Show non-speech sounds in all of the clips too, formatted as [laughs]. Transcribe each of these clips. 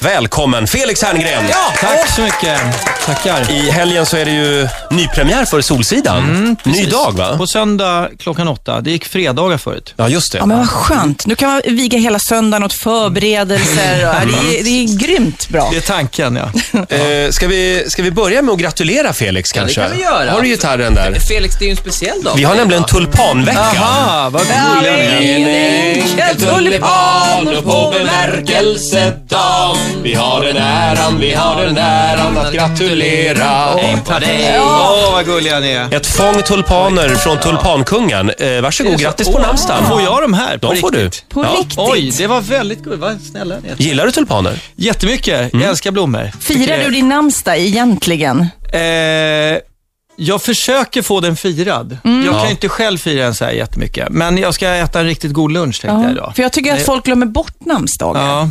Välkommen Felix Herngren! Ja, Tack så mycket. Tackar. I helgen så är det ju nypremiär för Solsidan. Ny Precis. dag va? På söndag klockan åtta. Det gick fredagar förut. Ja, just det. Ja, men vad skönt. Nu kan man viga hela söndagen åt förberedelser. Ja, Det, är, det är grymt bra. Det är tanken, ja. Eh, ska, vi, ska vi börja med att gratulera Felix det kanske? kan vi göra. Har du gitarren där? Felix, det är ju en speciell dag. Vi har nämligen tulpanvecka. Aha, vad gulliga ni är. tulipan och påverkelsedag Vi har den äran, vi har den äran att gratulera på dig. Åh, vad gulliga ni är. Ett fång tulpaner från Tulpankungen. Eh, varsågod, grattis på namnsdagen. Får jag de här? På De får du. riktigt? På Ja. riktigt. Oj, det var väldigt gulligt. Vad snälla ni är. Gillar du tulpaner? Jättemycket. Jag älskar blommor. Tycker Firar det- du din namnsdag egentligen? Eh, jag försöker få den firad. Jag kan ju inte själv fira den så här jättemycket. Men jag ska äta en riktigt god lunch tänkte jag idag. För jag tycker att folk glömmer bort namnsdagar. Ja.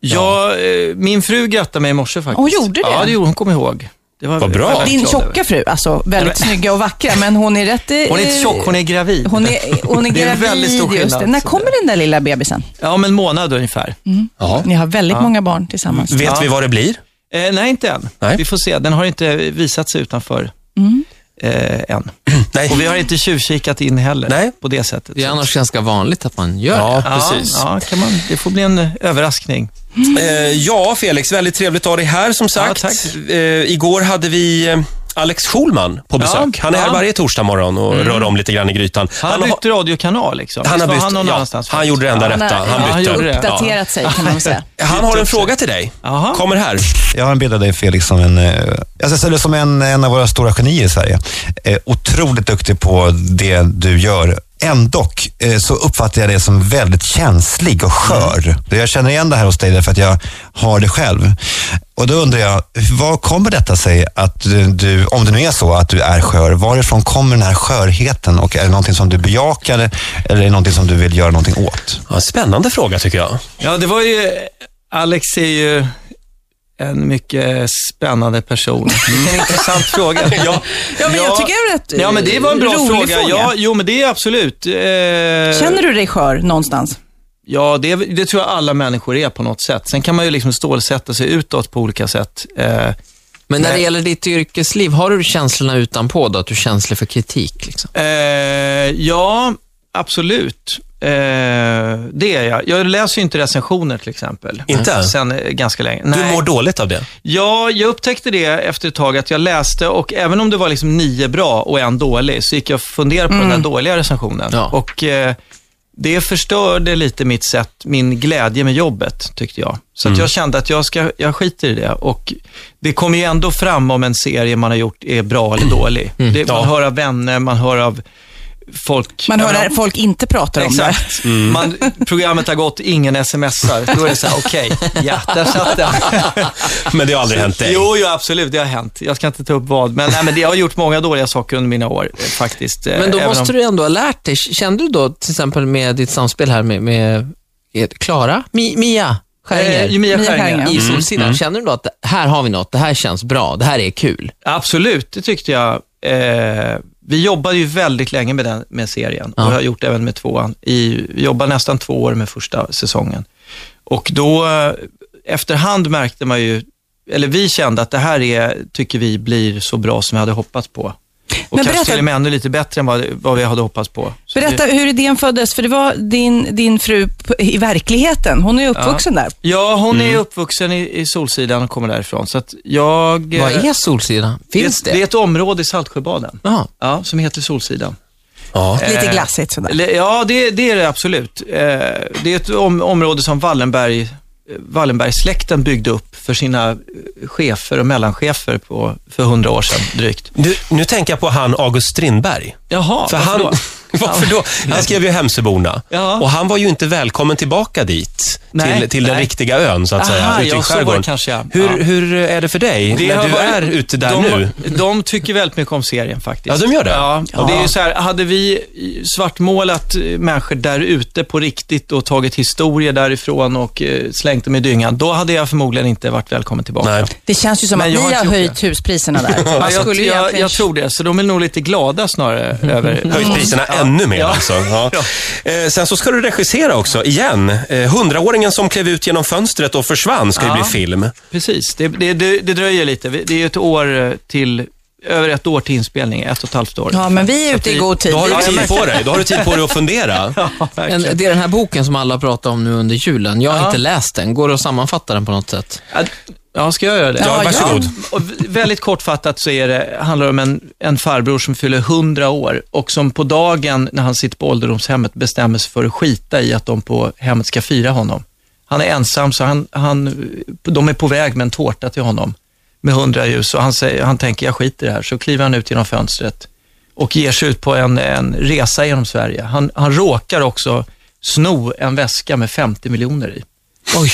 Ja. eh, min fru grattade mig i morse faktiskt. Hon gjorde det? Ja, det gjorde hon. Hon kom ihåg. Det var Vad bra. jag var väldigt Din glad över. tjocka fru, alltså väldigt snygga och vackra, men hon är rätt... Hon är inte tjock, hon är gravid. Hon är, hon är Det är en gravid väldigt stor just det. skillnad. När kommer den där lilla bebisen? Ja, om en månad ungefär. Ja. Ni har väldigt många barn tillsammans. Vet vi vad det blir? Eh, nej, inte än. Nej. Vi får se. Den har inte visats utanför Mm. eh, än. Nej. Och vi har inte tjuvkikat in heller Nej. på det sättet. Det är Så- annars ganska vanligt att man gör Ja, ja, precis. Ja, kan man, det får bli en eh, överraskning. Eh, ja, Felix, väldigt trevligt att ha dig här som sagt. Ja, tack. Eh, igår hade vi eh, Alex Schulman på besök. Han är här ja. Mm. varje torsdag morgon och rör om lite grann i grytan. Han, har har- bytt radiokanal liksom. han, har Visst var bytt, han någon ja, annanstans han förut? gjorde det enda Han rätta. har- Han Ja, han bytte. gjorde det. Uppdaterat sig kan man väl säga. Han har en fråga till dig. Jaha. Kommer här. Jag har en bild av dig Felix som en, eh, alltså, eller som en, en av våra stora genier i Sverige. Eh, otroligt duktig på det du gör. Ändå eh, så uppfattar jag dig som väldigt känslig och skör. Jag känner igen det här hos dig därför att jag har det själv. Och då undrar jag, vad kommer detta sig att du- du, om det nu är så att du är skör, varifrån kommer den här skörheten och är det någonting som du bejakar eller är det någonting som du vill göra någonting åt? Ja, spännande fråga tycker jag. Ja, det var ju... Alex är ju en mycket spännande person. Vilken intressant fråga. Ja, Mm. [laughs] Ja, men jag tycker det är rätt, eh, Ja, men det var en bra rolig fråga. fråga. Ja, jo, men det är absolut. Eh, Känner du dig skör någonstans? Ja, det, det tror jag alla människor är på något sätt. Sen kan man ju liksom stålsätta sig utåt på olika sätt. Eh, Men när det gäller ditt yrkesliv, har du känslorna utanpå då? Att du är känslig för kritik? Liksom? Eh, ja, absolut. Eh, det är jag. Jag läser ju inte recensioner till exempel. Inte? Sen eh, ganska länge. Du Nej. mår dåligt av det. Ja, jag upptäckte det efter ett tag att jag läste och även om det var liksom nio bra och en dålig så gick jag och funderade på Mm. den där dåliga recensionen. Ja. Och eh, det förstörde lite mitt sätt, min glädje med jobbet tyckte jag. Så Mm. att jag kände att jag, ska, jag skiter i det. Och det kommer ju ändå fram om en serie man har gjort är bra eller Mm. dålig. Det, man hör av vänner, man hör av folk. Man jag hör menar, när folk inte pratar om det. Exakt. Mm. Man, programmet har gått, ingen smsar. Då är det så här, okej, ja, där satt den. Men det har aldrig hänt dig. Jo, jo, absolut. Det har hänt. Jag ska inte ta upp vad, men, nej, men det, jag har gjort många dåliga saker under mina år eh, faktiskt. eh, Men då även måste om- du ändå ha lärt dig. Kände du då, till exempel med ditt samspel här med, med med Klara? Mi, Mia Skäringer? Eh, Mia Mia Skäringer. Skäringer. I Solsidan, känner du då att det- här har vi något, det här känns bra, det här är kul? Absolut, det tyckte jag. Eh, vi jobbade ju väldigt länge med, den, med serien och jag har gjort även med tvåan. I, vi jobbade nästan två år med första säsongen. Och då, eh, efterhand märkte man ju, eller vi kände att det här är, tycker vi blir så bra som vi hade hoppats på. Och Men kanske berätta- till och med ännu lite bättre än vad, vad vi hade hoppats på. Så Berätta hur idén föddes, för det var din, din fru p- i verkligheten. Hon är ju uppvuxen där. Ja, hon är uppvuxen i, i Solsidan och kommer därifrån. Så att jag... Vad eh, är Solsidan? Finns det? Det är ett område i Saltsjöbaden Jaha. ja, som heter Solsidan. Ja. Lite glassigt sådär. Eller, Ja, det, det är det absolut. Eh, Det är ett om, område som Wallenberg, eh, Wallenbergsläkten byggde upp för sina eh, chefer och mellanchefer på, för hundra år sedan drygt. Du, nu tänker jag på han August Strindberg. Jaha, För [laughs] varför han, då? varför då? Han skrev ju Hemsöborna. Ja. Och han var ju inte välkommen tillbaka dit, Nej, till, till den nej. riktiga ön så att Aha, säga, ute i ja, så var det skärgården. kanske, ja. hur, Ja. hur är det för dig Det när har du varit- är ute där de, nu? De tycker väldigt mycket om serien faktiskt. Ja, de gör det? Ja, och det är ju så här, hade vi svartmålat eh, människor där ute på riktigt och tagit historier därifrån och eh, slängt dem i dyngan, då hade jag förmodligen inte varit välkommen tillbaka. Nej. Det känns ju som Men att ni jag har inte har gjort höjt huspriserna där. Ja, Man jag, skulle ju jag, [laughs] egentligen- jag tror det, så de är nog lite glada snarare över... Höjt priserna ännu mer alltså. Ja. Eh, sen så ska du regissera också, igen. Eh, Hundraåringen som klev ut genom fönstret och försvann ska ju Ja. bli film. Precis, det, det, det, det dröjer lite. Vi- Det är ju ett år eh, till, över ett år till inspelning, ett och ett halvt år. Ja, men vi är ute i god tid. Då har Vi- du tid på dig. Då har du tid på dig att [laughs] fundera. En, det är den här boken som alla pratar om nu under julen. Jag har Ja. inte läst den. Går det att sammanfatta den på något sätt? Ja, Ja, ska jag göra det? Ja, Ja, varsågod. ja. Och v- väldigt kortfattat så är det, handlar det om en, en farbror som fyller 100 år och som på dagen när han sitter på ålderdomshemmet bestämmer sig för att skita i att de på hemmet ska fira honom. Han är ensam så han, han, de är på väg med en tårta till honom med 100 ljus och han, säger, han tänker jag skiter i det här. Så kliver han ut genom fönstret och ger sig ut på en, en resa genom Sverige. Han, han råkar också sno en väska med 50 miljoner i.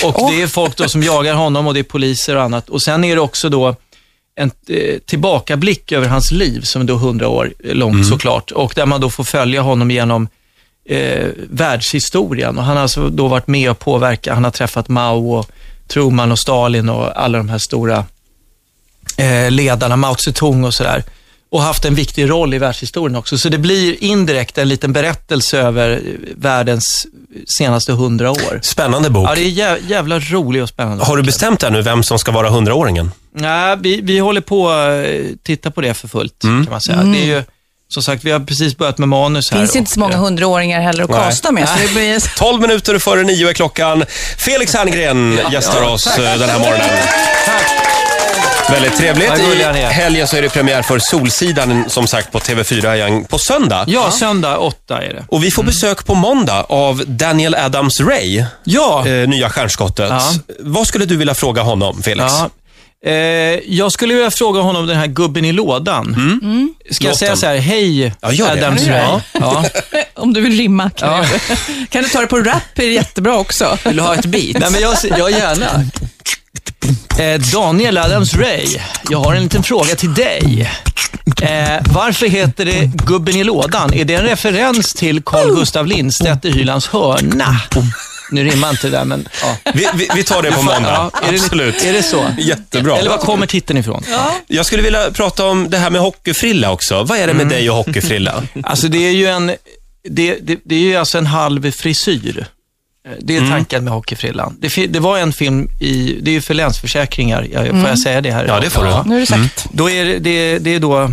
Och det är folk då som jagar honom och det är poliser och annat. Och sen är det också då en eh, tillbakablick över hans liv som är då 100 år långt såklart. Och där man då får följa honom genom eh, världshistorien. Och han har alltså då varit med och påverkat. Han har träffat Mao och Truman och Stalin och alla de här stora eh, ledarna, Mao Zedong och sådär. Och haft en viktig roll i världshistorien också. Så det blir indirekt en liten berättelse över eh, världens senaste hundra år. Spännande bok. Ja, det är jä jävla rolig och spännande. Har du bestämt dig nu vem som ska vara hundraåringen? Nej, vi, vi håller på att titta på det för fullt, Mm. kan man säga. Det är ju, som sagt, vi har precis börjat med manus här. Det finns inte och, så många eh, hundraåringar heller att Nej. kasta med. Så det blir... [laughs] 12 minuter före nio är klockan. Felix Herngren gästar oss eh, den här morgonen. Väldigt trevligt. Vad I gulliga ni är. helgen så är det premiär för Solsidan, som sagt, på TV4 igen på söndag. eh, Ja, Mm. söndag åtta är det. Och vi får besök på måndag av Daniel Adams Ray, Ja, eh, nya stjärnskottet. Ja. Vad skulle du vilja fråga honom, Felix? ja. Eh, jag skulle vilja fråga honom om den här gubben i lådan. Mm. Ska jag Låt säga den. så här, hej Mm. Ja, gör det. Adams Ja, Ray. gör Ja. Om du vill rimma. Kan, [laughs] kan du ta det på rap är det jättebra också. Vill du ha ett beat? Nej, men jag, jag gärna. Eh, Daniel Adams Ray, jag har en liten fråga till dig. Eh, varför heter det Gubben i lådan? Är det en referens till Carl Gustav Lindstedt i Hylands hörna? Nu rimmar inte det där, men ja. Vi, vi, vi tar det på måndag. Ja, är det, Absolut. Är det så? Jättebra. Eller var kommer titeln ifrån? Jag skulle vilja prata om det här med hockeyfrilla också. Vad är det med Mm. dig och hockeyfrilla? [laughs] Alltså det är ju en, det, det, det är ju alltså en halv frisyr. Eh, Det är Mm. tanken med hockeyfrillan. Det, fi- det var en film i, det är ju för Länsförsäkringar, jag, får jag säga det här? Mm. Ja, det får du. Nu är det sagt. Då är det, det, det är då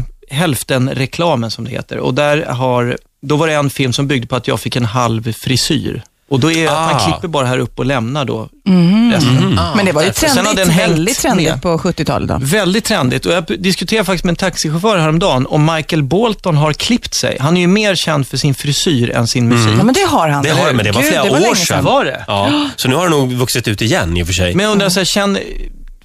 hälften-reklamen som det heter. Och där har, då var det en film som byggde på att jag fick en halv frisyr. Och då är det att Ah. man klipper bara här upp och lämnar då resten. Men det var ju därför. Sen hade trendigt, den hängt väldigt trendigt med. Mm. på 70-talet. Då. Väldigt trendigt. Och jag diskuterade faktiskt med en taxichaufför häromdagen om Michael Bolton har klippt sig. Han är ju mer känd för sin frisyr än sin musik. Ja, men det har han. Det har jag, men det var Gud, flera det var år länge sedan. Alltså, Var det? Ja. Så nu har det nog vuxit ut igen i och för sig. Men jag undrar, så här, känn,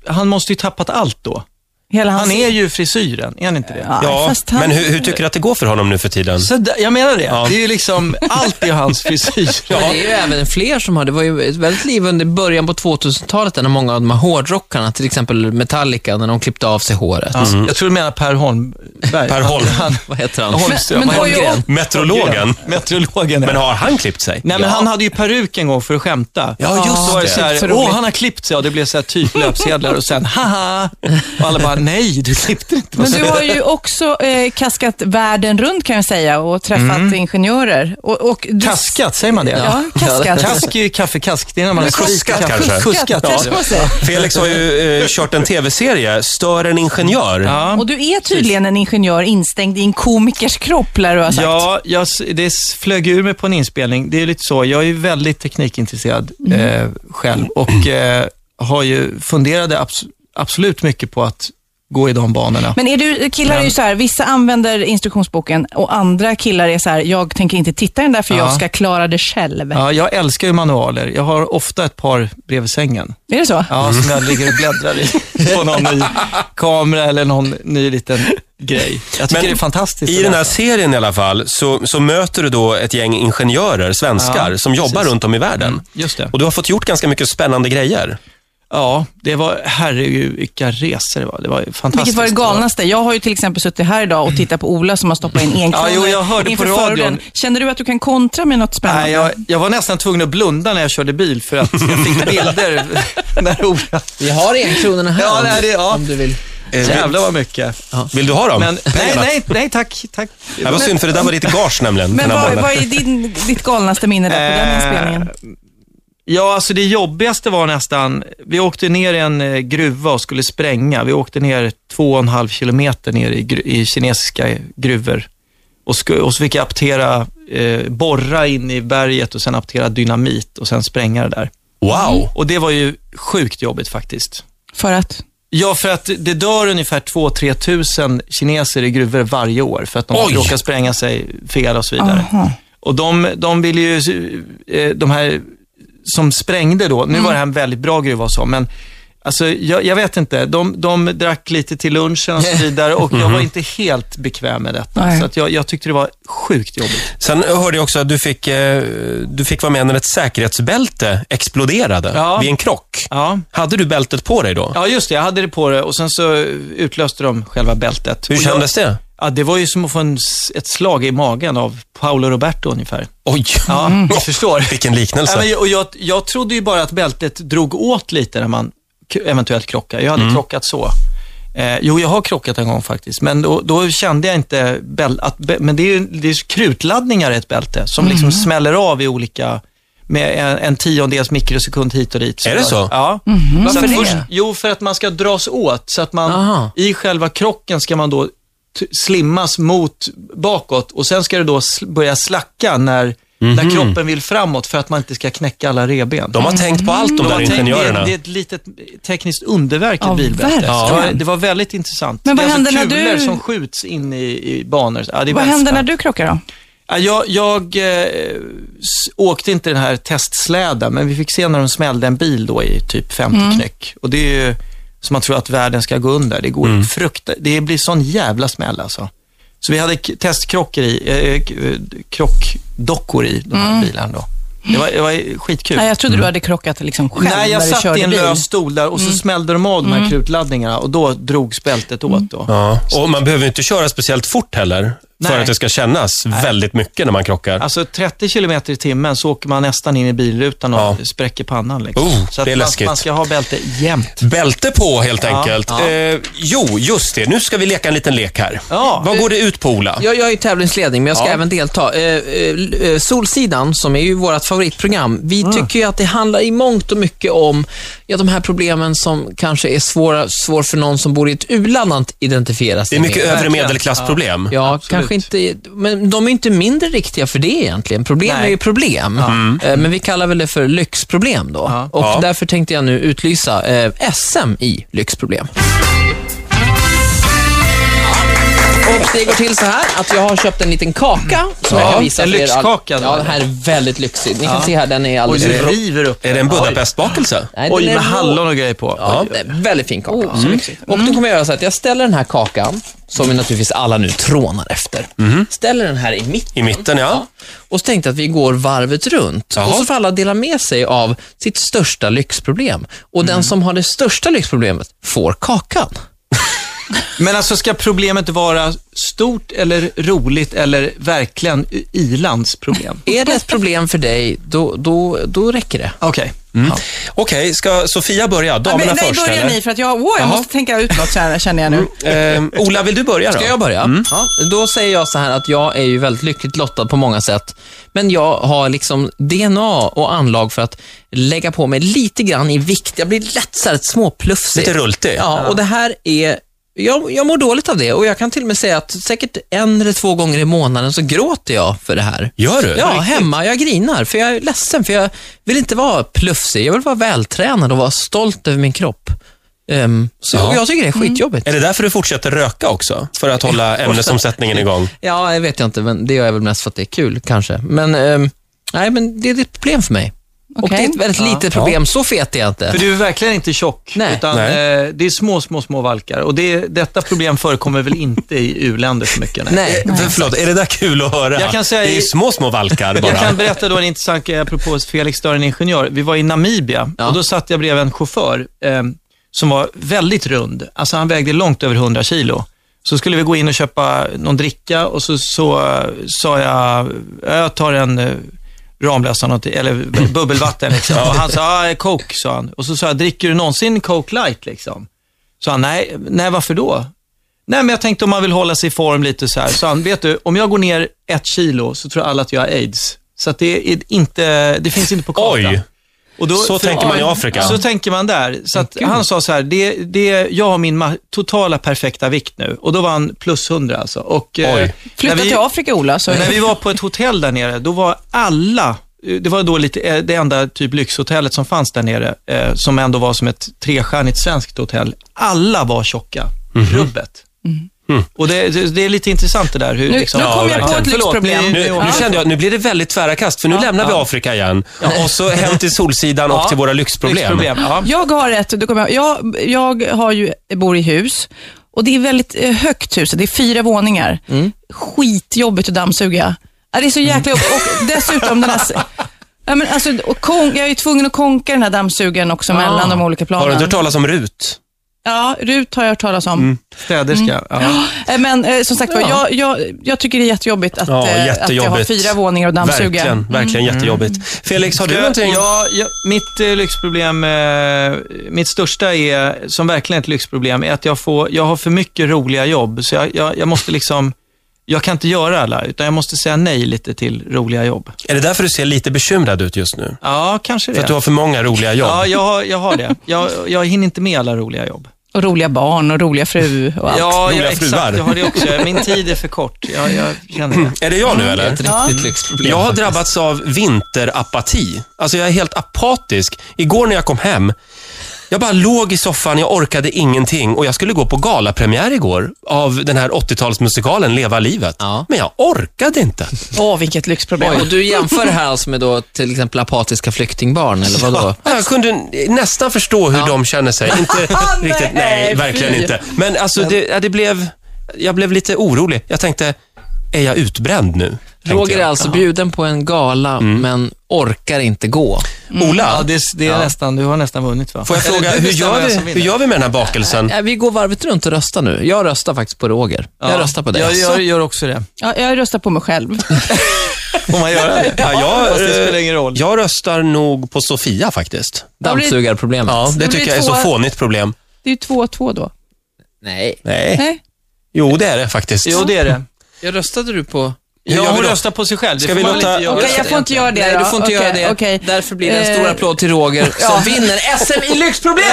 han måste ju tappat allt då. Hela hans... Han är ju frisyren, är han inte det? Alltså- Ja, ja, fast han... men hur, hur tycker du att det går för honom nu för tiden? Så där, jag menar det. Det är ju liksom, allt är hans frisyr. Men det är ju även fler som har, det var ju ett väldigt liv under början på 2000-talet när många av de här hårdrockarna, till exempel Metallica, när de klippte av sig håret. Ja. Jag tror du menar Per Holmberg. Per Holm. Han, Vad heter han? Holmström. Men- men har ju- Holmgren. Metrologen. [laughs] Meteorologen. Men ja. har han klippt sig? Nej, men Ja. han hade ju peruk en gång för att skämta. Ja, just Då var det. Så här, Så roligt. Åh, han har klippt sig. Och det blev så här typ löpsedlar och sen haha. Och alla bara, nej, du klippte inte. Men du har ju också eh, kaskat världen runt kan jag säga och träffat ingenjörer. Och, och du... Mm. Kaskat, säger man det? Ja, kaskat. Kask är ju kaffekask. Det är när man har Kuskat sprit i kaffe. kanske. Kuskat, ja. kanske man säger. Felix har ju eh, kört en tv-serie, Stör en ingenjör. Ja. Och du är tydligen en ingenjör instängd i en komikers kropp, lär du ha sagt. Ja, jag, s- det s- flög ur mig på en inspelning. Det är lite så, jag är ju väldigt teknikintresserad eh, själv och eh, har ju funderade abs- absolut mycket på att gå i de banorna. Men är du, killar är ju så här, vissa använder instruktionsboken och andra killar är så här, jag tänker inte titta i den där för jag Ja. ska klara det själv. Ja, jag älskar ju manualer. Jag har ofta ett par bredvid sängen. Är det så? Ja, som jag ligger och bläddrar i på någon ny kamera eller någon ny liten grej. Jag tycker Men det är fantastiskt. I att den här läsa. serien i alla fall så, så möter du då ett gäng ingenjörer, svenskar, Ja, som jobbar precis. Mm. runt om i världen. Just det. Och du har fått gjort ganska mycket spännande grejer. Ja, det var, herregud vilka resor det var. Det var fantastiskt. Vilket var det var- galnaste? Jag har ju till exempel suttit här idag och tittat på Ola som har stoppat in en Ja, jo, jag hörde på inför radion. förhuden. Känner du att du kan kontra med något spännande? Nej, jag, jag var nästan tvungen att blunda när jag körde bil för att jag fick bilder när Ola... Vi har enkronorna här Ja, om, nej, det- ja. om du vill. Eh, Jävlar vad mycket. Vill du ha dem? Men, nej, Pengarna? nej, nej, tack. tack. Det var synd, för det där var ditt gage nämligen. Men den här vad, bollen. vad är din, ditt galnaste minne där Eh, på den inspelningen? Ja, alltså det jobbigaste var nästan, vi åkte ner i en eh, gruva och skulle spränga. Vi åkte ner två och en halv kilometer ner i, gru- i kinesiska gruvor. Och, sku, och så fick jag aptera, eh, borra in i berget och sen aptera dynamit och sen spränga det där. Wow! Och det var ju sjukt jobbigt faktiskt. För att? Ja, för att det dör ungefär 2-3 tusen kineser i gruvor varje år för att de Oj! råkar spränga sig fel och så vidare. Aha. Och de, de ville ju, eh, de här som sprängde då, nu var det här en väldigt bra gruva och så, men alltså, jag, jag vet inte, de, de drack lite till [laughs] lunchen och så vidare och jag Mhm. var inte helt bekväm med detta. Nej. Så att jag, jag tyckte det var sjukt jobbigt. Sen hörde jag också att du fick, eh, du fick vara med när ett säkerhetsbälte exploderade Ja. vid en krock. Ja. Hade du bältet på dig då? ja, just det, jag hade det på det och sen så utlöste de själva bältet. Hur Och kändes det? Jag, ja, det var ju som att få en, s- ett slag i magen av Paolo Roberto ungefär. Oj! Ja, jag förstår. Vilken liknelse. Ja, men, jag- och jag, jag trodde ju bara att bältet drog åt lite när man k- eventuellt krockar. Jag hade krockat så. Eh, jo, jag har krockat en gång faktiskt, men då, då kände jag inte bäl- att bä- Men det är ju det är ju krutladdningar i ett bälte som liksom smäller av i olika med en, en tiondels mikrosekund hit och dit. Är det så? Ja. Varför att det? jo, för att man ska dras åt. Så att man Aha. i själva krocken ska man då t- slimmas mot bakåt och sen ska det då sl- börja slacka när, när kroppen vill framåt för att man inte ska knäcka alla revben. Mhm. De har tänkt på allt de, Mm, De där har tänkt- ingenjörerna. det, det är ett litet tekniskt underverk Ja, ett bilbälte. verkligen. Det var- Det var väldigt intressant. Men vad det är alltså händer när kulor du- som skjuts in i, i banor. Ja, det är Vad väldigt hände när spännande. du krockar då? Ja, Jag, jag eh, s- åkte inte den här testsläden, men vi fick se när de smällde en bil då i typ 50 Mm. knyck. Och det är ju som man tror att världen ska gå under. Det, går Mm. frukta, det blir sån jävla smäll alltså. Så vi hade k- testkrockor i, eh, k- eh, krockdockor i de här bilarna då. Det var, det var skitkul. Nej, Mm. jag trodde du hade krockat liksom själv Mm. Nej, jag när du satt körde i en bil. Mm. lös stol där och så smällde de av de här krutladdningarna och då drogs bältet Mm. åt då. Ja. Och man behöver ju inte köra speciellt fort heller för Nej. att det ska kännas väldigt mycket när man krockar. Alltså 30 km i timmen så åker man nästan in i bilrutan och Ja. spräcker pannan. Liksom. Oh, så att det är man, läskigt. man ska ha bälte jämt. Bälte på helt enkelt. ja. Eh, jo, just det. Nu ska vi leka en liten lek här. Ja. Vad går det ut på, Ola? Jag, jag är i tävlingsledning, men jag ska Ja. även delta. Eh, eh, eh, Solsidan, som är ju vårt favoritprogram, vi Mm. tycker ju att det handlar i mångt och mycket om ja, de här problemen som kanske är svåra, svår för någon som bor i ett u-land att identifiera Det sig är mycket med. övre verkligen. medelklassproblem. Ja, Absolut. kanske inte, men de är inte mindre riktiga för det egentligen. Problem Nej. Mm. är ju problem, Eh, men vi kallar väl det för lyxproblem då. Ja. Och Ja. därför tänkte jag nu utlysa eh, SM i lyxproblem. Och det går till så här att jag har köpt en liten kaka som Mm. Ja, jag kan visa en för er all- lyxkaka då, Ja, eller? den här är väldigt lyxig. Ni kan se här, den är Oj, alldeles... det river upp. Är det en Budapestbakelse? Nej, den Oj, är med rå. hallon och grejer på. Ja, det är en väldigt fin kaka. Mm. Och då kommer jag göra så att jag ställer den här kakan, som vi naturligtvis alla nu trånar efter, ställer den här i mitten. I mitten, ja. Och så tänkte jag att vi går varvet runt. Jaha. Och så får alla dela med sig av sitt största lyxproblem. Och den som har det största lyxproblemet får kakan. Men alltså, ska problemet vara stort eller roligt eller verkligen i- [laughs] ilandsproblem? Är det ett problem för dig, då, då, då räcker det. Okej. Mm. Okej, ska Sofia börja? Ja, men- Damerna nej, först, börja eller? ni för att jag, åh, jag Jaha. måste tänka ut något så här, känner jag nu. Mm. Eh, Ola, vill du börja då? Ska jag börja? Mm. Ja, då säger jag så här att jag är ju väldigt lyckligt lottad på många sätt. Men jag har liksom DNA och anlag för att lägga på mig lite grann i vikt. Jag blir lätt så här småplufsig. Lite rultig. Ja, och det här är... Jag, jag mår dåligt av det och jag kan till och med säga att säkert en eller två gånger i månaden så gråter jag för det här. Gör du? Ja, hemma. Jag grinar för jag är ledsen för jag vill inte vara plufsig. Jag vill vara vältränad och vara stolt över min kropp. Ehm, så Ja. och jag tycker det är skitjobbigt. Är det därför du fortsätter röka också? För att hålla [laughs] ämnesomsättningen igång? Ja, det vet jag inte, men det gör jag väl mest för att det är kul kanske. Men, ehm, nej, men det är ett problem för mig. Och Okej. det är ett väldigt litet problem, så fet är jag inte. För du är verkligen inte tjock, Nej. utan Nej. Eh, det är små, små, små valkar. Och det, detta problem förekommer väl inte i u-länder så mycket? Nej. Eh, Förlåt, är det där kul att höra? Jag kan säga det är ju i- små, små valkar bara. Jag kan berätta då en intressant grej, apropå Felix Dörren Ingenjör. Vi var i Namibia och då satt jag bredvid en chaufför eh, som var väldigt rund. Alltså han vägde långt över 100 kilo. Så skulle vi gå in och köpa någon dricka och så, så eh, sa jag, "Ja, jag tar en eh, Ramlösa något, eller bu- bubbelvatten liksom. Och han sa, ah, Coke, sa han. Och så sa jag, dricker du någonsin Coke light liksom? Så han, nej, nej varför då? Nej, men jag tänkte om man vill hålla sig i form lite så här. Så han, vet du, om jag går ner ett kilo så tror alla att jag har aids. Så att det, är inte, det finns inte på kartan. Oj. Och då- Så tänker man i Afrika. Så tänker man där. Så att han sa så här, det, det, jag har min ma- totala perfekta vikt nu. Och då var han plus 100 alltså. Och, eh, Oj. när Flytta vi- till Afrika, Ola. Så... när vi var på ett hotell där nere, då var alla, eh, det var då lite, eh, det enda typ lyxhotellet som fanns där nere, eh, som ändå var som ett trestjärnigt svenskt hotell. Alla var tjocka, rubbet. Och det, det, det är lite intressant det där. Hur, Mm. Nu- liksom, nu kom jag på ett lyxproblem. Förlåt, Nu, nu kände jag nu blir det väldigt tvära kast, för nu lämnar vi Afrika igen. Och så hem till Solsidan och Ja. till våra lyxproblem. lyxproblem. Ja. Jag har ett, du kommer jag, ihåg. jag, jag har ju, bor i hus och det är väldigt eh, högt hus, det är fyra våningar. Mm. Skitjobbigt att dammsuga. Ja, Det är så jäkla jobbigt [laughs] och dessutom den här... s- Ja, men alltså, och kon, jag är ju tvungen att konka den här dammsugaren också mellan de olika Ah. Har du planen. inte hört Mm. talas om RUT? ja, RUT har jag hört talas om. Städerska. Ja. Eh, Men eh, som sagt var, jag, jag, jag tycker det är jättejobbigt att, Ja, eh, att jag har jättejobbigt. fyra våningar och dammsuga. Mm. Verkligen, verkligen jättejobbigt. Felix, har du Ska- någonting? Ja, ja, mitt eh, lyxproblem, eh, mitt största är, som verkligen är ett lyxproblem, är att jag, får, jag har för mycket roliga jobb. Så jag, jag, jag måste liksom, jag kan inte göra alla, utan jag måste säga nej lite till roliga jobb. Är det därför du ser lite bekymrad ut just nu? Ja, kanske det. För att du har för många roliga jobb? Ja, jag, har- jag har det. Jag, jag hinner inte med alla roliga jobb. Och roliga barn och roliga fru och allt. Ja, Roliga jag, fruar. exakt. Jag har det också. Min tid är för kort. Jag, jag känner det. Är det jag nu Mm, eller? Ett riktigt lyxproblem. Jag har faktiskt. drabbats av vinterapati. Alltså jag är helt apatisk. Igår när jag kom hem, jag bara låg i soffan, jag orkade ingenting och jag skulle gå på galapremiär igår av den här 80-talsmusikalen Leva livet. Ja. Men jag orkade inte. Åh, vilket lyxproblem. Och du jämför det här alltså med då till exempel apatiska flyktingbarn, eller vad då? Jag kunde nästan förstå hur de känner sig. [laughs] Inte riktigt, nej, Nej, verkligen fy. inte. Men alltså det, ja, det blev, jag blev lite orolig. Jag tänkte, är jag utbränd nu? Tänkte Roger är jag. Mm. alltså bjuden på en gala, men orkar inte gå. Ja, Ola, det, det är nästan, du har nästan vunnit va? får jag Eller fråga, du hur bestämmer gör, vem vi, som hur vinner. gör vi med den här bakelsen? Nej, vi går varvet runt och röstar nu. Jag röstar faktiskt på Roger. Jag Ja, röstar på dig. Jag, jag gör också det. Ja, jag röstar på mig själv. Får man göra det? Ja, jag, Fast det spelar eh, ingen roll. Jag röstar nog på Sofia faktiskt. Dammsugarproblemet. Ja, det blir tycker jag är så två- fånigt problem. Det är ju 2-2 då. Nej. Nej. Nej? Jo, det är det faktiskt. Jo, det är det. Jag röstade du på... gör Ja, vi hon då? röstar på sig själv. Det Ska får vi man låta- inte göra. Okej, Röstade jag får inte egentligen. göra det Nej, du då. får inte Okej, göra det. okej. Därför blir det en stor Eh, applåd till [laughs] Roger som vinner SM i lyxproblem!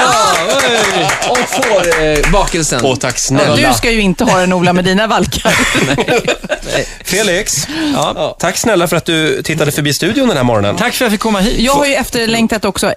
Och får eh, bakelsen. Åh, tack Du snälla. ska ju inte ha den Ola med [laughs] dina valkar. Felix, tack snälla för att du tittade förbi studion den här morgonen. Tack för att jag fick komma hit. Jag har ju efterlängtat också